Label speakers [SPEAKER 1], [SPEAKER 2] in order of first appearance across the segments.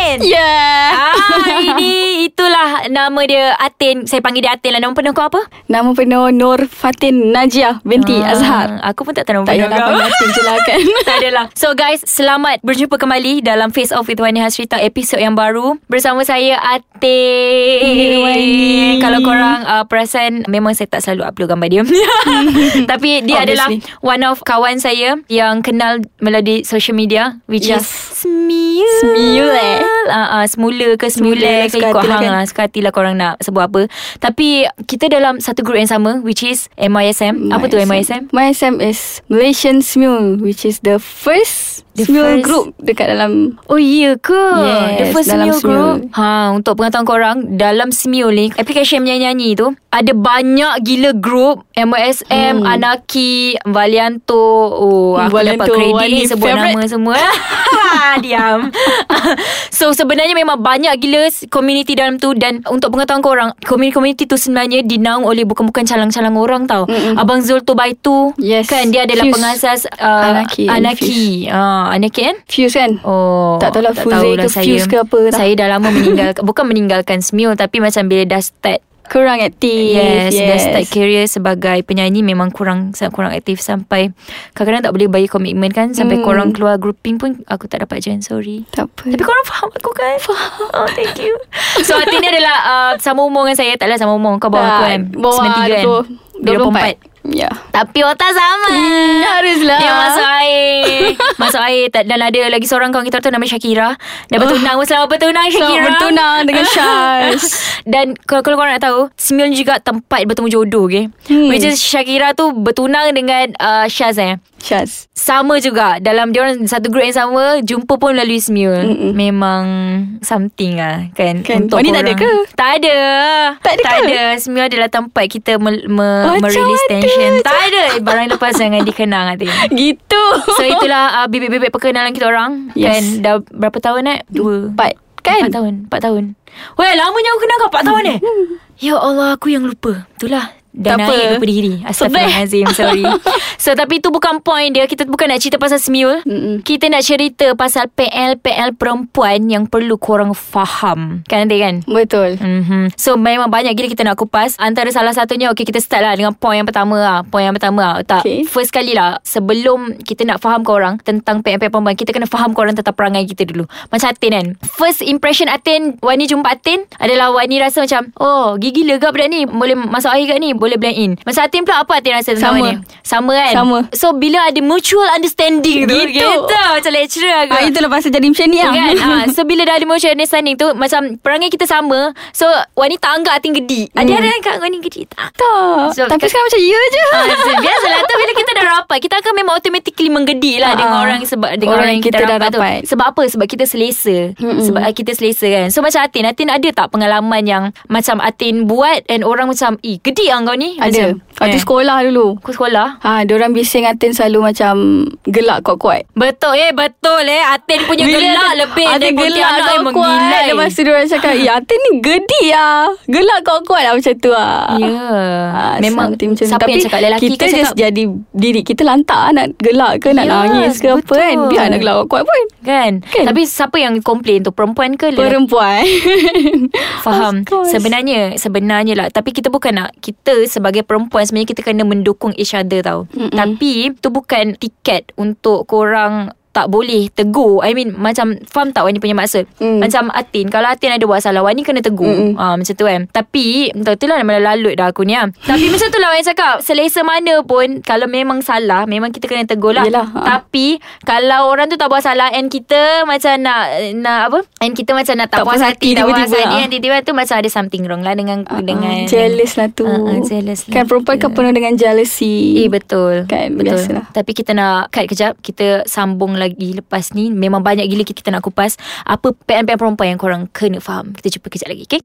[SPEAKER 1] Yeah.
[SPEAKER 2] Ah, ini itulah nama dia Atin. Saya panggil dia Atin lah. Nama penuh kau apa?
[SPEAKER 1] Nama penuh Nur Fatin Najia binti
[SPEAKER 2] Ah,
[SPEAKER 1] Azhar.
[SPEAKER 2] Aku pun tak tahu nama
[SPEAKER 1] Tak
[SPEAKER 2] penuh
[SPEAKER 1] payahlah
[SPEAKER 2] kau.
[SPEAKER 1] panggil Atin je lah kan.
[SPEAKER 2] tak adalah. So guys, selamat berjumpa kembali dalam Face Off with Wani Hasrita episod yang baru. Bersama saya
[SPEAKER 1] Ya,
[SPEAKER 2] Atin.
[SPEAKER 1] Wani.
[SPEAKER 2] Kalau korang uh, perasan memang saya tak selalu upload gambar dia. Tapi dia adalah
[SPEAKER 1] Obviously.
[SPEAKER 2] one of kawan saya yang kenal melalui social media which
[SPEAKER 1] Yes.
[SPEAKER 2] is Smule.
[SPEAKER 1] Smule, eh.
[SPEAKER 2] Ah, ah, semula ke
[SPEAKER 1] Semula,
[SPEAKER 2] semula ke
[SPEAKER 1] suka
[SPEAKER 2] ikut
[SPEAKER 1] hati lah
[SPEAKER 2] hang
[SPEAKER 1] kan.
[SPEAKER 2] lah. Suka hati lah korang nak sebut apa. Tapi kita dalam satu group yang sama which is MISM. apa tu eh, MISM?
[SPEAKER 1] MISM is Malaysian Smule which is the first
[SPEAKER 2] The
[SPEAKER 1] the Smule
[SPEAKER 2] first-
[SPEAKER 1] group dekat dalam
[SPEAKER 2] Oh iya ke?
[SPEAKER 1] Yes,
[SPEAKER 2] The first
[SPEAKER 1] dalam
[SPEAKER 2] Smule group.
[SPEAKER 1] Smule.
[SPEAKER 2] Ha, untuk pengetahuan korang, dalam Smule ni, application menyanyi-nyanyi tu, ada banyak gila group. MSM, hmm. Anaki, Valianto. Oh, aku
[SPEAKER 1] Valianto,
[SPEAKER 2] dapat kredit
[SPEAKER 1] Wani
[SPEAKER 2] ni sebut
[SPEAKER 1] favourite.
[SPEAKER 2] nama semua. Diam. so, sebenarnya memang banyak gila community dalam tu. Dan untuk pengetahuan korang, community-community tu sebenarnya dinaung oleh bukan-bukan calang-calang orang tau.
[SPEAKER 1] Mm-mm.
[SPEAKER 2] Abang Zul tu Baitu.
[SPEAKER 1] Yes.
[SPEAKER 2] Kan, dia adalah
[SPEAKER 1] Fuse.
[SPEAKER 2] pengasas uh,
[SPEAKER 1] Anaki and
[SPEAKER 2] Anaki. Ah, Anaki kan?
[SPEAKER 1] Fuse kan?
[SPEAKER 2] Oh
[SPEAKER 1] Tak tahulah Fuze
[SPEAKER 2] tahulah
[SPEAKER 1] ke Fuse ke apa dah.
[SPEAKER 2] Saya dah lama meninggalkan Bukan meninggalkan Smule Tapi macam bila dah start
[SPEAKER 1] Kurang aktif.
[SPEAKER 2] Yes, yes. Dah start career sebagai penyanyi Memang kurang sangat kurang aktif Sampai Kadang-kadang tak boleh bayar komitmen kan Sampai
[SPEAKER 1] Hmm.
[SPEAKER 2] korang keluar grouping pun Aku tak dapat join Sorry
[SPEAKER 1] Tak apa.
[SPEAKER 2] tapi korang faham aku kan Faham Oh thank you So Atin ni adalah uh, Sama umur dengan saya Taklah sama umur Kau bawa aku kan
[SPEAKER 1] Bawah lah,
[SPEAKER 2] 93
[SPEAKER 1] 20, 24. Ya.
[SPEAKER 2] Tapi otak sama Hmm,
[SPEAKER 1] Haruslah.
[SPEAKER 2] dia masuk air Masuk air tak, Dan ada lagi seorang kawan kita tu Nama Syakira Dah bertunang oh. Selamat bertunang Syakira
[SPEAKER 1] Selamat bertunang dengan Syaz.
[SPEAKER 2] Dan kalau, kalau korang nak tahu Sembilan juga tempat bertemu jodoh okay? hmm.
[SPEAKER 1] Hmm.
[SPEAKER 2] Which is Syakira tu Bertunang dengan uh, Syaz eh
[SPEAKER 1] Syaz.
[SPEAKER 2] sama juga Dalam dia orang Satu grup yang sama Jumpa pun melalui Smule Mm-mm. Memang Something lah Kan,
[SPEAKER 1] Kan.
[SPEAKER 2] Untuk
[SPEAKER 1] Oh, ni tak ada
[SPEAKER 2] korang.
[SPEAKER 1] ke?
[SPEAKER 2] Tak ada
[SPEAKER 1] Tak ada
[SPEAKER 2] Tak
[SPEAKER 1] ke?
[SPEAKER 2] ada Smule adalah tempat kita me- me-
[SPEAKER 1] Macam
[SPEAKER 2] Merilis
[SPEAKER 1] ada
[SPEAKER 2] tension Tak ada Barang lepas jangan dikenang hati.
[SPEAKER 1] Gitu.
[SPEAKER 2] So itulah uh, Bibit-bibit perkenalan kita orang yes. Kan
[SPEAKER 1] Yes.
[SPEAKER 2] Dah berapa tahun eh? Dua
[SPEAKER 1] Empat.
[SPEAKER 2] Empat
[SPEAKER 1] Kan?
[SPEAKER 2] tahun Empat tahun Weh lamanya aku kenal kau Empat tahun eh Ya Allah aku yang lupa Itulah Dah
[SPEAKER 1] Tak
[SPEAKER 2] naik
[SPEAKER 1] apa.
[SPEAKER 2] lupa diri Astaghfirullahalazim Sorry So tapi itu bukan point dia Kita bukan nak cerita pasal Semiul
[SPEAKER 1] Mm-mm.
[SPEAKER 2] Kita nak cerita pasal PL-PL perempuan Yang perlu korang faham Kan nanti kan
[SPEAKER 1] Betul.
[SPEAKER 2] Mm-hmm. So memang banyak gila kita nak kupas Antara salah satunya Okay kita start lah Dengan point yang pertama lah Point yang pertama lah tak, okay.
[SPEAKER 1] Okay.
[SPEAKER 2] First kali lah Sebelum kita nak faham korang Tentang PMP perempuan Kita kena faham korang Tentang perangai kita dulu Macam Atin kan First impression Atin Wani jumpa Atin Adalah Wani rasa macam Oh gigi gila ke budak ni Boleh masuk air kat ni Boleh blend in Macam Atin pula Apa Atin rasa tentang
[SPEAKER 1] Sama.
[SPEAKER 2] Wani Sama kan
[SPEAKER 1] Sama.
[SPEAKER 2] So bila ada mutual understanding tu
[SPEAKER 1] Gitu.
[SPEAKER 2] Gitu Macam lecturer aku
[SPEAKER 1] Ah, itulah pasal jadi macam ni lah.
[SPEAKER 2] Kan ha, So bila dah ada motion understanding tu Macam perangai kita sama So wanita anggap hati gedi hmm. Ada ada kat wanita gedi tak
[SPEAKER 1] Tak.
[SPEAKER 2] So,
[SPEAKER 1] Tapi
[SPEAKER 2] kat-
[SPEAKER 1] sekarang macam ya je.
[SPEAKER 2] Ah, so, Biasalah Tu bila kita dah rapat Kita akan memang automatically menggedi lah
[SPEAKER 1] Ah,
[SPEAKER 2] Dengan
[SPEAKER 1] ah.
[SPEAKER 2] orang sebab Dengan orang, yang kita, dah rapat,
[SPEAKER 1] rapat.
[SPEAKER 2] tu Sebab apa? Sebab kita selesa
[SPEAKER 1] Mm-mm.
[SPEAKER 2] Sebab ah, kita selesa kan So macam Atin Atin ada tak pengalaman yang Macam Atin buat And orang macam Eh gedi lah kau ni
[SPEAKER 1] Ada.
[SPEAKER 2] Macam,
[SPEAKER 1] Waktu
[SPEAKER 2] eh,
[SPEAKER 1] sekolah dulu.
[SPEAKER 2] Aku sekolah
[SPEAKER 1] Ha, diorang bising Atin selalu macam gelak kuat-kuat.
[SPEAKER 2] Betul eh Betul eh Atin punya gelak Lebih
[SPEAKER 1] Atin
[SPEAKER 2] dari
[SPEAKER 1] gelak
[SPEAKER 2] Pontianak eh, yang
[SPEAKER 1] kuat-kuat.
[SPEAKER 2] mengilai
[SPEAKER 1] Lepas tu diorang cakap, ya Atin ni gedi lah. Gelak kuat-kuat lah macam tu lah.
[SPEAKER 2] Ya
[SPEAKER 1] Ah,
[SPEAKER 2] yeah. Memang
[SPEAKER 1] something macam tu.
[SPEAKER 2] Siapa
[SPEAKER 1] Tapi
[SPEAKER 2] yang cakap lelaki
[SPEAKER 1] Kita
[SPEAKER 2] kan
[SPEAKER 1] just
[SPEAKER 2] cakap
[SPEAKER 1] jadi Diri kita lantak lah, Nak gelak ke Nak
[SPEAKER 2] Ya,
[SPEAKER 1] nangis ke apa kan
[SPEAKER 2] betul.
[SPEAKER 1] Biar nak gelak kuat pun
[SPEAKER 2] kan? kan
[SPEAKER 1] Kan?
[SPEAKER 2] Tapi siapa yang komplain tu Perempuan ke lelaki
[SPEAKER 1] Perempuan
[SPEAKER 2] Faham
[SPEAKER 1] Of course.
[SPEAKER 2] Sebenarnya Sebenarnya lah Tapi kita bukan nak Kita sebagai perempuan Sebenarnya kita kena mendukung each other tau Mm-mm.
[SPEAKER 1] Mm-mm.
[SPEAKER 2] Tapi Itu bukan tiket Untuk korang tak boleh tegur I mean macam Faham tak Wani punya maksud mm.
[SPEAKER 1] Mm.
[SPEAKER 2] Macam Atin Kalau Atin ada buat salah Wani kena tegur
[SPEAKER 1] Mm-mm.
[SPEAKER 2] ha, Macam tu kan Tapi Entah tu lah Malah lalut dah aku ni ha. Tapi macam tu lah Wani cakap Selesa mana pun Kalau memang salah Memang kita kena tegur lah
[SPEAKER 1] Yelah, ha.
[SPEAKER 2] Tapi Kalau orang tu tak buat salah And kita Macam nak Nak apa And kita macam nak tak,
[SPEAKER 1] Tak
[SPEAKER 2] puas
[SPEAKER 1] puas
[SPEAKER 2] hati,
[SPEAKER 1] hati
[SPEAKER 2] Tak puas
[SPEAKER 1] tiba-tiba,
[SPEAKER 2] hati
[SPEAKER 1] ah.
[SPEAKER 2] Dan tiba-tiba tu Macam ada something wrong lah Dengan uh, dengan
[SPEAKER 1] Jealous lah tu
[SPEAKER 2] Ah, ah, jealous lah
[SPEAKER 1] Kan perempuan kan penuh dengan
[SPEAKER 2] Eh
[SPEAKER 1] jealousy
[SPEAKER 2] betul
[SPEAKER 1] Kan,
[SPEAKER 2] betul.
[SPEAKER 1] biasalah.
[SPEAKER 2] Tapi kita nak Cut kejap Kita sambung lagi Lepas ni Memang banyak gila Kita nak kupas Apa PN-PN perempuan Yang korang kena faham Kita jumpa kejap lagi Okay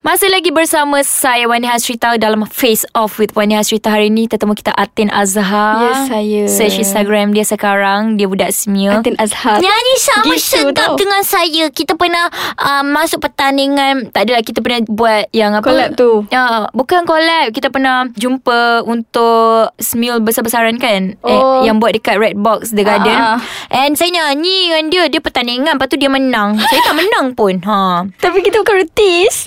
[SPEAKER 2] Masih lagi bersama saya Wani Hasrita dalam Face Off with Wani Hasrita hari ini tetamu kita Atin Azhar.
[SPEAKER 1] Ya, saya.
[SPEAKER 2] Search Instagram dia sekarang, dia budak semia.
[SPEAKER 1] Atin Azhar
[SPEAKER 2] Nyanyi sama
[SPEAKER 1] Gitu
[SPEAKER 2] sedap
[SPEAKER 1] tau.
[SPEAKER 2] dengan saya. Kita pernah uh, masuk pertandingan. Tak adalah kita pernah buat yang apa?
[SPEAKER 1] Collab tu.
[SPEAKER 2] Ya, bukan collab. Kita pernah jumpa untuk smil besar-besaran kan?
[SPEAKER 1] Oh.
[SPEAKER 2] yang buat dekat Red Box The Garden.
[SPEAKER 1] Ah, ah.
[SPEAKER 2] And saya nyanyi dengan dia. Dia pertandingan. Lepas tu dia menang. saya tak menang pun. Ha.
[SPEAKER 1] Tapi kita bukan retis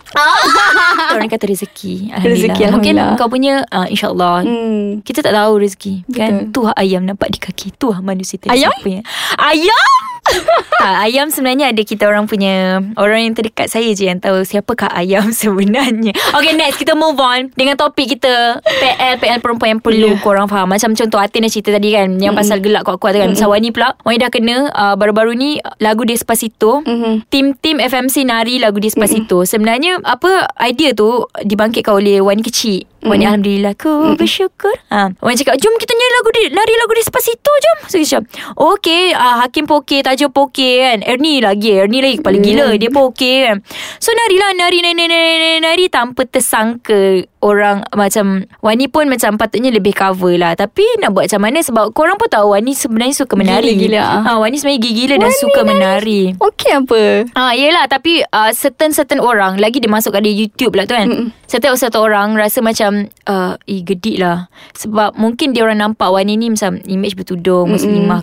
[SPEAKER 2] Kita orang kata rezeki. Alhamdulillah.
[SPEAKER 1] Rezeki, Alhamdulillah.
[SPEAKER 2] Mungkin kau punya uh, insyaAllah.
[SPEAKER 1] hmm.
[SPEAKER 2] Kita tak tahu rezeki kan.
[SPEAKER 1] Betul.
[SPEAKER 2] Tuah ayam nampak di kaki. Tuah manusia tak
[SPEAKER 1] Ayam?
[SPEAKER 2] siapa yang- Ayam? tak, ayam sebenarnya ada kita orang punya Orang yang terdekat saya je yang tahu Siapakah ayam sebenarnya Okay next kita move on Dengan topik kita PL, PL perempuan yang
[SPEAKER 1] Ya.
[SPEAKER 2] perlu yeah. korang faham Macam contoh Atin dah cerita tadi kan Yang pasal gelak kuat-kuat tu kan Macam Wani pula Wani dah kena uh, Baru-baru ni uh, lagu Despacito
[SPEAKER 1] Mhm.
[SPEAKER 2] Tim-tim FMC nari lagu Despacito Sebenarnya apa idea tu Dibangkitkan oleh Wani kecil Wani Alhamdulillah Ku bersyukur ha. Wani cakap Jom kita nyanyi lagu di, Nari lagu Despacito jom So kita cakap Okay uh, Hakim pun okay Tajuk pun okay kan Ernie lagi Ernie lagi kepala gila Dia pun okay kan So nari lah Nari nari nari nari, nari Tanpa tersangka Orang macam Wani pun macam Patutnya lebih cover lah Tapi nak buat macam mana Sebab korang pun tahu Wani sebenarnya suka menari
[SPEAKER 1] Gila-gila.
[SPEAKER 2] ha, Wani sebenarnya gila-gila Dan suka menari
[SPEAKER 1] Okey apa
[SPEAKER 2] Ah, yelah tapi uh, certain-certain orang Lagi dia masuk kat dia YouTube lah tu kan mm. Certain-certain orang rasa macam uh, Eh gedik lah Sebab mungkin dia orang nampak Wani ni macam image bertudung Muslimah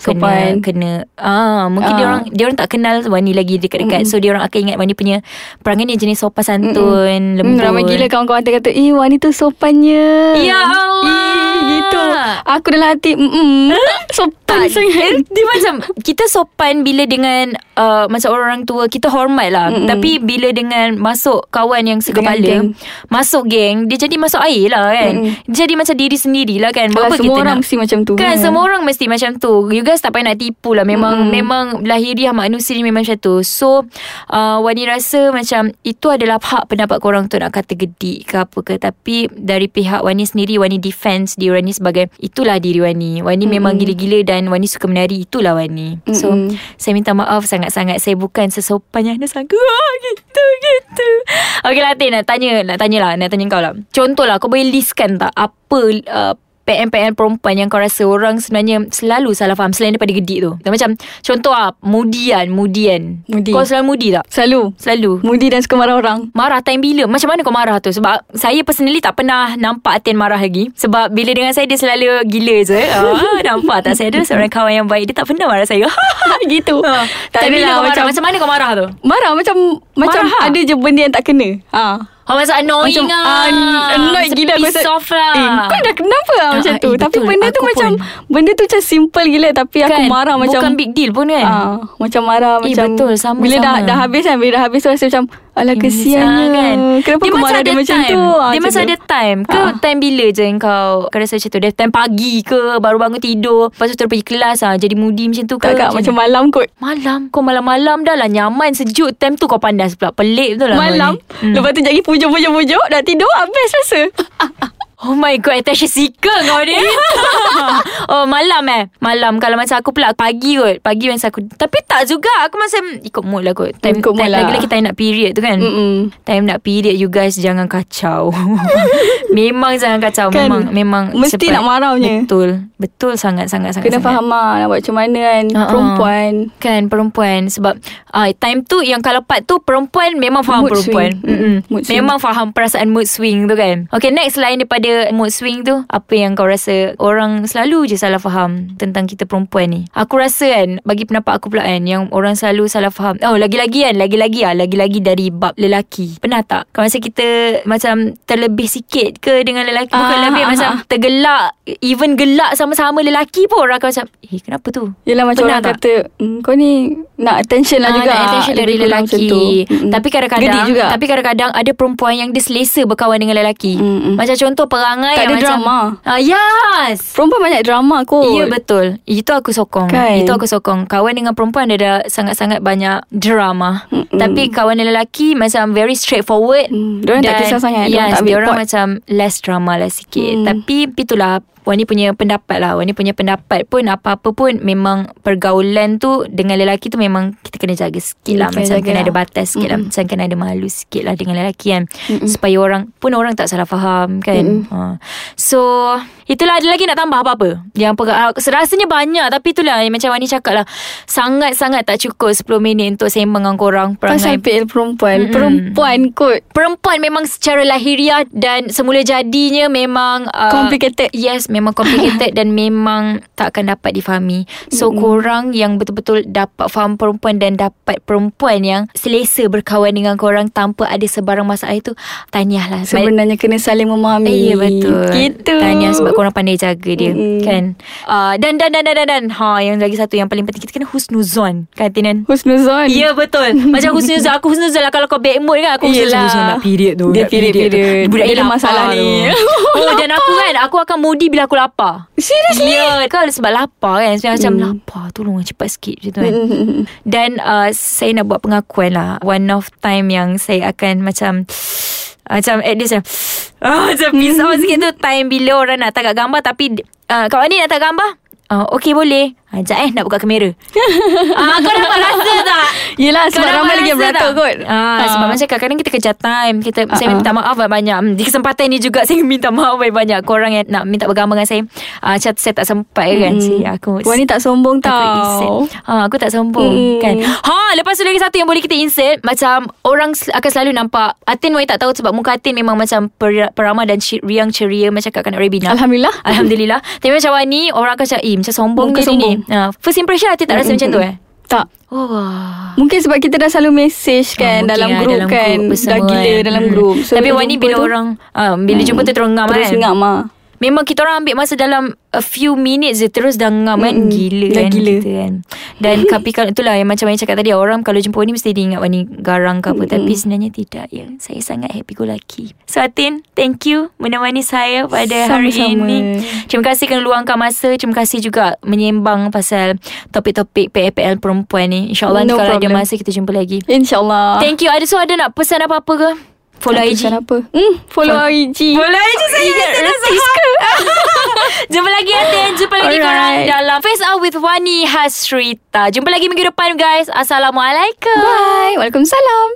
[SPEAKER 2] kena,
[SPEAKER 1] sopan.
[SPEAKER 2] kena ah, Mungkin dia
[SPEAKER 1] Ah.
[SPEAKER 2] orang dia orang tak kenal Wani lagi dekat-dekat So dia orang akan ingat Wani punya Perangai ni jenis sopan santun
[SPEAKER 1] Hmm,
[SPEAKER 2] Lembut
[SPEAKER 1] ramai gila kawan-kawan tu kata Eh Wani tu sopannya
[SPEAKER 2] Ya Allah.
[SPEAKER 1] Eh, Gitu Aku dalam hati mm-mm, eh, Sopan
[SPEAKER 2] tak, dia,
[SPEAKER 1] sangat
[SPEAKER 2] Eh, dia macam Kita sopan bila dengan uh, Macam orang tua Kita hormat lah mm Tapi bila dengan Masuk kawan yang sekepala
[SPEAKER 1] Dengan
[SPEAKER 2] Masuk geng Dia jadi masuk air lah kan mm Jadi macam diri sendiri lah kan
[SPEAKER 1] Kalau
[SPEAKER 2] Buat apa
[SPEAKER 1] semua
[SPEAKER 2] kita
[SPEAKER 1] orang
[SPEAKER 2] nak
[SPEAKER 1] mesti macam tu Hmm.
[SPEAKER 2] Kan semua orang mesti macam tu You guys tak payah nak tipu lah Memang mm. memang lahiriah manusia ni memang macam tu So uh, Wani rasa macam Itu adalah hak pendapat korang tu Nak kata gedik ke apa ke Tapi dari pihak Wani sendiri Wani defense diri Wani sebagai Itulah diri Wani Wani mm. memang gila-gila Dan Wani suka menari Itulah Wani mm. So
[SPEAKER 1] Mm-mm.
[SPEAKER 2] saya minta maaf sangat-sangat Saya bukan sesopan yang anda sangka Ah, Gitu gitu Okay lah Tin nak tanya Nak tanya lah Nak tanya kau lah Contoh lah kau boleh listkan tak Apa uh, PN-PN perempuan yang kau rasa orang sebenarnya selalu salah faham selain daripada gedik tu. Dan macam contoh ah mudian, mudian.
[SPEAKER 1] Mudi.
[SPEAKER 2] Kau selalu mudi tak?
[SPEAKER 1] Selalu
[SPEAKER 2] Selalu.
[SPEAKER 1] Mudi dan suka marah orang
[SPEAKER 2] Marah time bila? Macam mana kau marah tu? Sebab saya personally tak pernah nampak Atin marah lagi. Sebab bila dengan saya dia selalu gila je. Ah, nampak tak? Saya ada seorang kawan yang baik. Dia tak pernah marah saya.
[SPEAKER 1] Gitu
[SPEAKER 2] Ha, tak
[SPEAKER 1] Tak
[SPEAKER 2] bila kau marah,
[SPEAKER 1] adalah Ah, lah macam
[SPEAKER 2] macam mana kau marah tu?
[SPEAKER 1] Marah macam Macam
[SPEAKER 2] Marah. ha?
[SPEAKER 1] ada je benda yang tak kena ha.
[SPEAKER 2] Oh, macam annoying
[SPEAKER 1] Macam
[SPEAKER 2] lah.
[SPEAKER 1] ah, Annoyed gila
[SPEAKER 2] Piss
[SPEAKER 1] rasa,
[SPEAKER 2] off lah.
[SPEAKER 1] eh, Kau dah kenapa lah
[SPEAKER 2] Ah,
[SPEAKER 1] macam
[SPEAKER 2] ah,
[SPEAKER 1] tu
[SPEAKER 2] eh,
[SPEAKER 1] Tapi
[SPEAKER 2] betul.
[SPEAKER 1] benda tu
[SPEAKER 2] Aku
[SPEAKER 1] macam
[SPEAKER 2] pun.
[SPEAKER 1] Benda tu macam simple gila Tapi aku marah
[SPEAKER 2] Bukan
[SPEAKER 1] macam
[SPEAKER 2] Bukan big deal pun kan.
[SPEAKER 1] Ah, macam marah
[SPEAKER 2] Eh,
[SPEAKER 1] macam
[SPEAKER 2] betul, sama,
[SPEAKER 1] Bila dah
[SPEAKER 2] sama.
[SPEAKER 1] dah habis kan Bila dah habis tu rasa macam Alah
[SPEAKER 2] Eh,
[SPEAKER 1] kesiannya
[SPEAKER 2] Nisa,
[SPEAKER 1] kan? Kenapa dia aku
[SPEAKER 2] masih
[SPEAKER 1] marah dia
[SPEAKER 2] ada
[SPEAKER 1] macam
[SPEAKER 2] time.
[SPEAKER 1] tu Ah,
[SPEAKER 2] Dia
[SPEAKER 1] macam
[SPEAKER 2] masih
[SPEAKER 1] tu.
[SPEAKER 2] ada time Ke
[SPEAKER 1] Ah.
[SPEAKER 2] time bila je kau Kau rasa macam tu Dia time pagi ke Baru bangun tidur Lepas tu terus pergi kelas ah, Jadi moody macam tu ke
[SPEAKER 1] Tak kak macam malam kot
[SPEAKER 2] Malam Kau malam-malam dah lah Nyaman sejuk Time tu kau pandas pula Pelik tu lah kau
[SPEAKER 1] Malam
[SPEAKER 2] ni.
[SPEAKER 1] hmm. Lepas tu jadi pujuk-pujuk-pujuk Dah tidur habis rasa
[SPEAKER 2] Oh my god Attention seeker kau ni Oh malam eh Malam Kalau macam aku pula Pagi kot Pagi masa aku Tapi tak juga Aku macam Ikut mood lah kot Time,
[SPEAKER 1] Ikut mood
[SPEAKER 2] time
[SPEAKER 1] lah.
[SPEAKER 2] Lagi-lagi time nak period tu kan
[SPEAKER 1] Mm-mm.
[SPEAKER 2] Time nak period You guys jangan kacau Memang jangan kacau
[SPEAKER 1] Kan?
[SPEAKER 2] Memang memang
[SPEAKER 1] Mesti nak marahnya.
[SPEAKER 2] Betul Betul sangat-sangat sangat,
[SPEAKER 1] Kena faham lah Nak buat macam mana kan
[SPEAKER 2] Ha, ha.
[SPEAKER 1] Perempuan
[SPEAKER 2] Kan perempuan Sebab uh, Time tu Yang kalau part tu Perempuan memang faham
[SPEAKER 1] Mood
[SPEAKER 2] perempuan
[SPEAKER 1] swing.
[SPEAKER 2] Mm-mm.
[SPEAKER 1] Mood swing.
[SPEAKER 2] Memang faham perasaan mood swing tu kan Okay next Selain daripada mood swing tu Apa yang kau rasa Orang selalu je salah faham Tentang kita perempuan ni Aku rasa kan Bagi pendapat aku pula kan Yang orang selalu salah faham Oh lagi-lagi kan Lagi-lagi lah Lagi-lagi dari bab lelaki Pernah tak Kau rasa kita Macam terlebih sikit ke Dengan lelaki Bukan
[SPEAKER 1] Ah,
[SPEAKER 2] lebih
[SPEAKER 1] ah,
[SPEAKER 2] Macam tergelak Even gelak sama-sama lelaki pun Orang akan macam Eh kenapa tu
[SPEAKER 1] Yelah macam
[SPEAKER 2] Pernah
[SPEAKER 1] Pernah
[SPEAKER 2] tak?
[SPEAKER 1] orang tak? kata mm, Kau ni Nak attention lah
[SPEAKER 2] Ah,
[SPEAKER 1] juga
[SPEAKER 2] Nak attention dari
[SPEAKER 1] Lebih kurang
[SPEAKER 2] lelaki
[SPEAKER 1] macam tu. Mm-mm.
[SPEAKER 2] Tapi kadang-kadang
[SPEAKER 1] Gedik juga
[SPEAKER 2] Tapi kadang-kadang Ada perempuan yang dia selesa Berkawan dengan lelaki
[SPEAKER 1] Mm-mm.
[SPEAKER 2] Macam contoh perangai
[SPEAKER 1] Tak
[SPEAKER 2] yang
[SPEAKER 1] ada
[SPEAKER 2] macam,
[SPEAKER 1] drama.
[SPEAKER 2] ah, Yes
[SPEAKER 1] Perempuan banyak drama kot
[SPEAKER 2] Ya betul Itu aku sokong
[SPEAKER 1] Kan?
[SPEAKER 2] Itu aku sokong Kawan dengan perempuan Dia ada sangat-sangat banyak drama
[SPEAKER 1] Mm-mm.
[SPEAKER 2] Tapi kawan dengan lelaki Macam very straightforward
[SPEAKER 1] Mm, diorang tak
[SPEAKER 2] Dan,
[SPEAKER 1] kisah sangat, diorang
[SPEAKER 2] Yes
[SPEAKER 1] tak ambil
[SPEAKER 2] Diorang
[SPEAKER 1] part.
[SPEAKER 2] macam Less drama lah sikit
[SPEAKER 1] Mm.
[SPEAKER 2] Tapi itulah Wani punya pendapat lah Wani punya pendapat pun Apa-apa pun Memang pergaulan tu Dengan lelaki tu Memang kita kena jaga sikit lah
[SPEAKER 1] Kena
[SPEAKER 2] Macam
[SPEAKER 1] jaga
[SPEAKER 2] kena
[SPEAKER 1] lah.
[SPEAKER 2] ada batas sikit lah
[SPEAKER 1] Mm-mm.
[SPEAKER 2] Macam kena ada malu sikit lah Dengan lelaki kan
[SPEAKER 1] Hmm.
[SPEAKER 2] Supaya orang Pun orang tak salah faham kan ha. So Itulah ada lagi nak tambah apa-apa Yang perga- ah, Serasanya banyak Tapi itulah yang Macam Wani cakap lah Sangat-sangat tak cukup 10 minit Untuk sembang dengan korang Perangai
[SPEAKER 1] Pasal PL perempuan
[SPEAKER 2] Mm-mm.
[SPEAKER 1] Perempuan kot
[SPEAKER 2] perempuan memang secara lahiriah dan semula jadinya memang uh,
[SPEAKER 1] Complicated.
[SPEAKER 2] Yes, memang complicated dan memang tak akan dapat difahami. So mm-hmm. korang yang betul-betul dapat faham perempuan dan dapat perempuan yang selesa berkawan dengan korang tanpa ada sebarang masalah itu, tahniahlah. Sebab-
[SPEAKER 1] Sebenarnya kena saling memahami
[SPEAKER 2] Eh, Ya betul
[SPEAKER 1] Gitu
[SPEAKER 2] Tanya sebab korang pandai jaga dia
[SPEAKER 1] Mm-mm.
[SPEAKER 2] mm. Kan uh, Dan dan dan dan dan, dan. Ha, Yang lagi satu yang paling penting Kita kena husnuzon Kan Tinan
[SPEAKER 1] Husnuzon
[SPEAKER 2] Ya betul Macam husnuzon Aku husnuzon lah Kalau kau bad mood kan Aku
[SPEAKER 1] Yelah.
[SPEAKER 2] husnuzon lah Period tu
[SPEAKER 1] Dia
[SPEAKER 2] nak tu.
[SPEAKER 1] period-period.
[SPEAKER 2] Budak
[SPEAKER 1] Dia
[SPEAKER 2] ni
[SPEAKER 1] ada
[SPEAKER 2] lapar
[SPEAKER 1] masalah
[SPEAKER 2] tu.
[SPEAKER 1] ni.
[SPEAKER 2] Oh dan aku kan Aku akan moody bila aku lapar Seriously? Ya Kau sebab lapar kan Sebenarnya
[SPEAKER 1] Hmm.
[SPEAKER 2] macam lapar Tolong cepat sikit macam tu kan Dan uh, saya nak buat pengakuan lah One of time yang saya akan macam Macam at least macam ah, Macam piss off sikit tu Time bila orang nak tangkap gambar Tapi uh, Kawan ni nak tangkap gambar uh, Okay boleh Ah, Sekejap eh nak buka kamera ah, Kau dapat rasa tak
[SPEAKER 1] Yelah
[SPEAKER 2] Kau
[SPEAKER 1] sebab
[SPEAKER 2] dah
[SPEAKER 1] ramai lagi yang
[SPEAKER 2] merasa
[SPEAKER 1] beratur
[SPEAKER 2] tak?
[SPEAKER 1] kot
[SPEAKER 2] ah, Sebab macam kadang-kadang kita kerja time kita, uh-uh. Saya
[SPEAKER 1] Ah, ah.
[SPEAKER 2] minta maaf banyak Hmm, Di kesempatan ni juga Saya minta maaf banyak Korang yang nak minta bergambar dengan saya ah, Macam saya tak sempat kan
[SPEAKER 1] Mm.
[SPEAKER 2] saya, Aku
[SPEAKER 1] Puan ni tak sombong
[SPEAKER 2] Aku insert
[SPEAKER 1] tau
[SPEAKER 2] ha, Aku tak sombong
[SPEAKER 1] Mm.
[SPEAKER 2] kan Ha Lepas tu lagi satu yang boleh kita insert Macam Orang sel- akan selalu nampak Atin Wai tak tahu Sebab muka Atin memang macam per, Peramah dan ci- riang ceria Macam kat kanak Rebina
[SPEAKER 1] Alhamdulillah
[SPEAKER 2] Alhamdulillah Tapi macam Wani Orang akan macam Eh macam sombong
[SPEAKER 1] Muka
[SPEAKER 2] dia ni
[SPEAKER 1] sombong.
[SPEAKER 2] ni ha, First impression Atin tak rasa
[SPEAKER 1] Mm,
[SPEAKER 2] macam
[SPEAKER 1] mm,
[SPEAKER 2] tu
[SPEAKER 1] mm.
[SPEAKER 2] eh Oh.
[SPEAKER 1] Tak
[SPEAKER 2] Wah
[SPEAKER 1] Mungkin sebab kita dah selalu message kan
[SPEAKER 2] Ah,
[SPEAKER 1] Dalam
[SPEAKER 2] mungkin lah,
[SPEAKER 1] grup
[SPEAKER 2] dalam
[SPEAKER 1] kan
[SPEAKER 2] apa
[SPEAKER 1] Dah
[SPEAKER 2] semua
[SPEAKER 1] gila
[SPEAKER 2] kan.
[SPEAKER 1] dalam
[SPEAKER 2] Hmm.
[SPEAKER 1] grup So,
[SPEAKER 2] Tapi
[SPEAKER 1] bila
[SPEAKER 2] Wani
[SPEAKER 1] jumpa
[SPEAKER 2] bila
[SPEAKER 1] tu, hmm,
[SPEAKER 2] orang ah, Bila jumpa tu terus ngam
[SPEAKER 1] Terus
[SPEAKER 2] kan
[SPEAKER 1] ngam ah.
[SPEAKER 2] Memang kita orang ambil masa dalam A few minutes je Terus dah ngam kan
[SPEAKER 1] Mm-mm.
[SPEAKER 2] Gila
[SPEAKER 1] Hmm, Dah
[SPEAKER 2] kan
[SPEAKER 1] gila.
[SPEAKER 2] kita kan Dan tapi kalau itulah Yang macam Wani cakap tadi Orang kalau jumpa Wani Mesti dia ingat Wani garang ke apa
[SPEAKER 1] Hmm,
[SPEAKER 2] Tapi sebenarnya tidak ya. Saya sangat happy go lucky So Atin Thank you Menemani saya pada hari
[SPEAKER 1] Sama-sama.
[SPEAKER 2] ini Terima kasih kerana luangkan masa Terima kasih juga Menyembang pasal Topik-topik PAPL perempuan ni InsyaAllah no
[SPEAKER 1] No
[SPEAKER 2] kalau
[SPEAKER 1] problem.
[SPEAKER 2] ada masa Kita jumpa lagi
[SPEAKER 1] InsyaAllah
[SPEAKER 2] Thank you. Ada so ada nak pesan apa-apa ke? Follow
[SPEAKER 1] Aku
[SPEAKER 2] IG.
[SPEAKER 1] cakap Ah. apa? Hmm, follow IG
[SPEAKER 2] Follow IG saya. Saya dah Jumpa lagi Atin. Jumpa lagi
[SPEAKER 1] Alright.
[SPEAKER 2] korang dalam Face Out with Wani Hasrita. Jumpa lagi minggu depan guys. Assalamualaikum.
[SPEAKER 1] Bye Waalaikumsalam